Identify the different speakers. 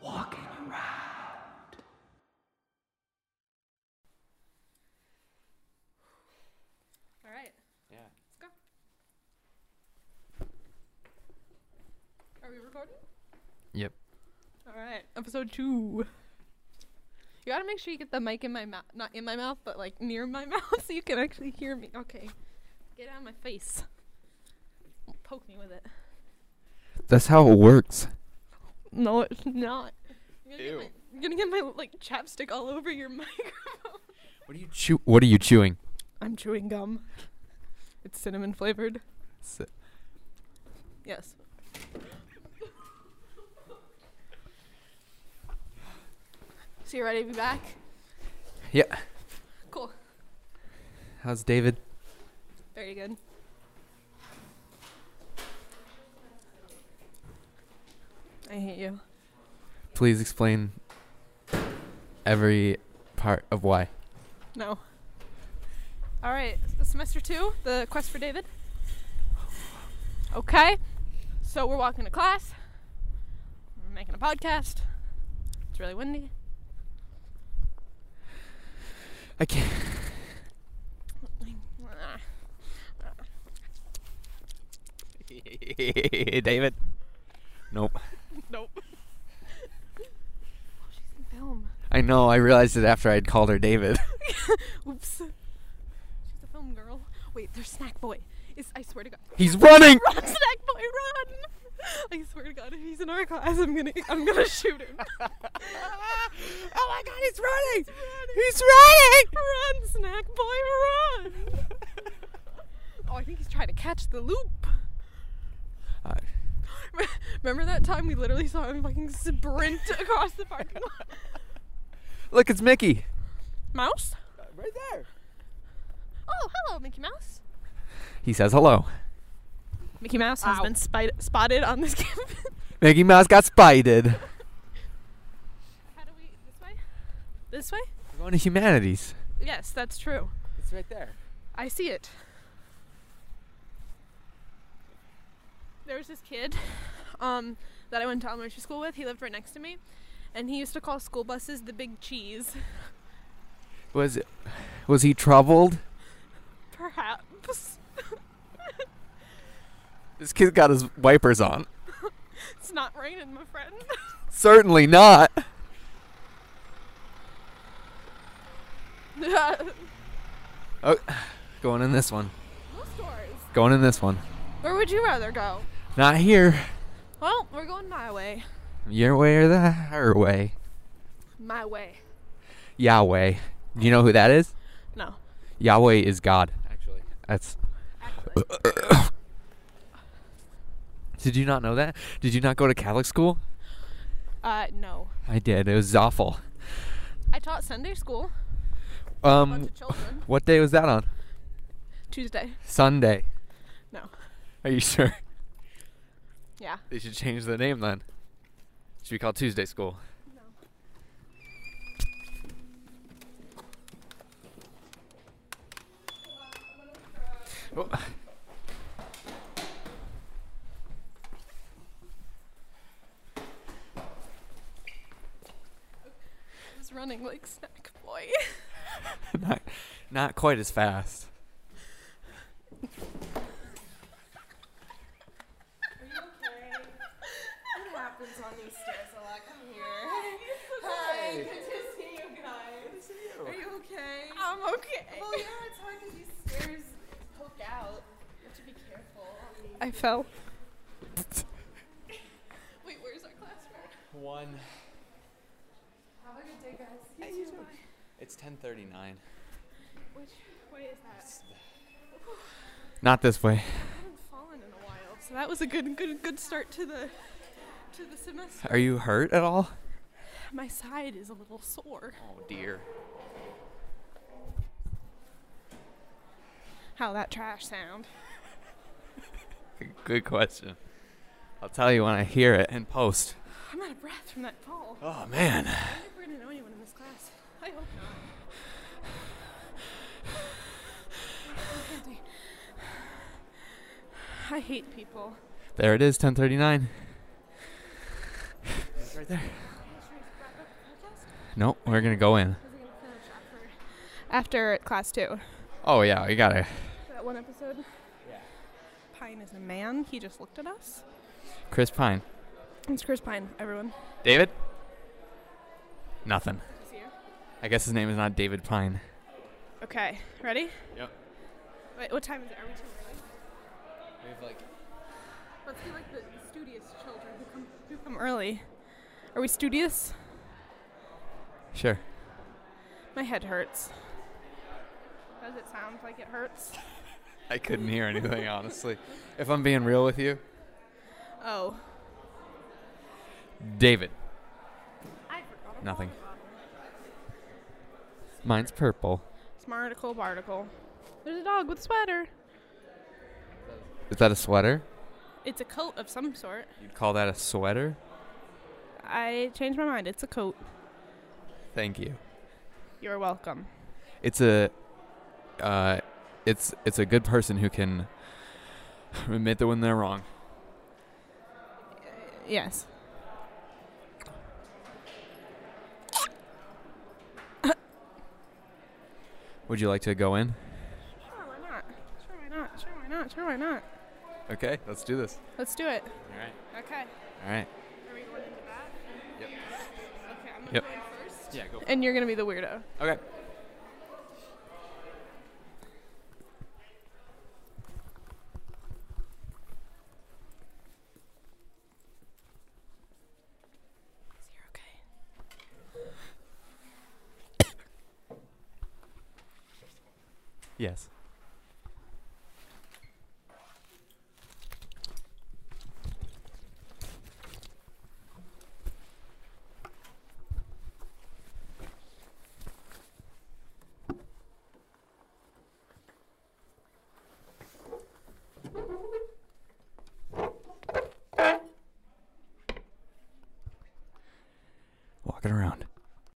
Speaker 1: walking around.
Speaker 2: All right,
Speaker 1: Yeah.
Speaker 2: let's go. Are we recording?
Speaker 3: Yep.
Speaker 2: All right, episode two. You gotta make sure you get the mic in my mouth, not in my mouth, but like near my mouth so you can actually hear me. Okay, get out of my face. Don't poke me with it.
Speaker 3: That's how it works.
Speaker 2: No, it's not. I'm gonna,
Speaker 1: Ew.
Speaker 2: Get my, I'm gonna get my like chapstick all over your microphone.
Speaker 3: What are you chew? What are you chewing?
Speaker 2: I'm chewing gum. It's cinnamon flavored.
Speaker 3: S-
Speaker 2: Yes. So you ready to be back?
Speaker 3: Yeah.
Speaker 2: Cool.
Speaker 3: How's David?
Speaker 2: Very good. I hate you.
Speaker 3: Please explain every part of why.
Speaker 2: No. All right, s- semester two, the quest for David. Okay, so we're walking to class. We're making a podcast. It's really windy.
Speaker 3: I can't.
Speaker 2: Ah,
Speaker 3: David. Nope.
Speaker 2: Nope. oh, she's in film.
Speaker 3: I know. I realized it after I'd called her David.
Speaker 2: Oops. She's a film girl. Wait, there's Snack Boy. Is I swear to God.
Speaker 3: He's running.
Speaker 2: Run, Snack Boy, run! I swear to God, if he's in our class, I'm gonna, I'm gonna shoot him. oh my God, he's running! He's running! Run, Snack Boy, run! oh, I think he's trying to catch the loop.
Speaker 3: Uh,
Speaker 2: Remember that time we literally saw him fucking sprint across the parking lot?
Speaker 3: look, it's Mickey.
Speaker 2: Mouse?
Speaker 1: Uh, Right there.
Speaker 2: Oh, hello, Mickey Mouse.
Speaker 3: He says hello.
Speaker 2: Mickey Mouse has been spy- spotted on this campus.
Speaker 3: Mickey Mouse got spited.
Speaker 2: How do we? This way? This way?
Speaker 3: We're going to humanities.
Speaker 2: Yes, that's true.
Speaker 1: It's right there.
Speaker 2: I see it. There was this kid um, that I went to elementary school with. He lived right next to me. And he used to call school buses the big cheese.
Speaker 3: Was it? Was he troubled?
Speaker 2: Perhaps.
Speaker 3: This kid got his wipers on.
Speaker 2: it's not raining, my friend.
Speaker 3: Certainly not. Oh, going in this one.
Speaker 2: Most doors.
Speaker 3: Going in this one.
Speaker 2: Where would you rather go?
Speaker 3: Not here.
Speaker 2: Well, we're going my way.
Speaker 3: Your way or the her way.
Speaker 2: My way.
Speaker 3: Yahweh. Do you know who that is?
Speaker 2: No.
Speaker 3: Yahweh is God. Actually. That's.
Speaker 2: Actually.
Speaker 3: Did you not know that? Did you not go to Catholic school?
Speaker 2: Uh, no.
Speaker 3: I did. It was awful.
Speaker 2: I taught Sunday school. A bunch
Speaker 3: Um,
Speaker 2: of children.
Speaker 3: what day was that on?
Speaker 2: Tuesday.
Speaker 3: Sunday.
Speaker 2: No.
Speaker 3: Are you sure?
Speaker 2: Yeah.
Speaker 3: They should change the name then. Should be called Tuesday School.
Speaker 2: No.
Speaker 3: Oh.
Speaker 2: I was running like snack boy.
Speaker 3: not, not quite as fast.
Speaker 4: It happens on these stairs a lot. Come here. Hi. Good to see you guys. Are you okay?
Speaker 2: I'm okay.
Speaker 4: Well, yeah, it's hard because these stairs poke out. You have to be careful. I mean,
Speaker 2: I fell. Wait, where's our classroom?
Speaker 3: One.
Speaker 4: Have a good day, guys.
Speaker 3: It's 10:39.
Speaker 2: Which way is that?
Speaker 3: Not this way.
Speaker 2: I haven't fallen in a while, so that was a good, good, good start to the to the semester.
Speaker 3: Are you hurt at all?
Speaker 2: My side is a little sore.
Speaker 3: Oh dear.
Speaker 2: How that trash sound?
Speaker 3: Good question. I'll tell you when I hear it in post.
Speaker 2: I'm out of breath from that fall.
Speaker 3: Oh man.
Speaker 2: I wonder if we're gonna know anyone in this class. I hope not. I'm dizzy. I hate people.
Speaker 3: There it is, 10:39. It's right there.
Speaker 2: It's
Speaker 3: Nope, we're gonna go in.
Speaker 2: After class two.
Speaker 3: Oh yeah, we gotta.
Speaker 2: That one episode.
Speaker 5: Pine is a man. He just looked at us.
Speaker 3: Chris Pine,
Speaker 2: It's Chris Pine, everyone.
Speaker 3: David. Nothing. I guess his name is not David Pine.
Speaker 2: Okay, ready?
Speaker 3: Yep.
Speaker 2: Wait, what time is it? Are we too early?
Speaker 3: We have like
Speaker 2: Let's be like the studious children who come, who come early. Are we studious?
Speaker 3: sure.
Speaker 2: My head hurts. Does it sound like it hurts?
Speaker 3: I couldn't hear anything honestly. If I'm being real with you,
Speaker 2: Oh.
Speaker 3: David.
Speaker 2: I forgot.
Speaker 3: Nothing. Mine's purple.
Speaker 2: Smarticle Barticle. There's a dog with a sweater.
Speaker 3: Is that a sweater?
Speaker 2: It's a coat of some sort.
Speaker 3: You'd call that a sweater?
Speaker 2: I changed my mind. It's a coat.
Speaker 3: Thank you.
Speaker 2: You're welcome.
Speaker 3: It's a, uh, it's it's a good person who can admit that when they're wrong.
Speaker 2: Yes.
Speaker 3: Would you like to go in?
Speaker 2: Sure, why not? Sure, why not? Sure, why not? Sure, why not?
Speaker 3: Okay, let's do this.
Speaker 2: Let's do it.
Speaker 3: All right.
Speaker 2: Okay.
Speaker 3: All right.
Speaker 2: Are we going into that?
Speaker 3: Yep.
Speaker 2: Okay, I'm gonna
Speaker 3: Yep.
Speaker 2: go in first.
Speaker 3: Yeah, go.
Speaker 2: And you're gonna be the weirdo.
Speaker 3: Okay.
Speaker 2: You're okay.
Speaker 3: Yes.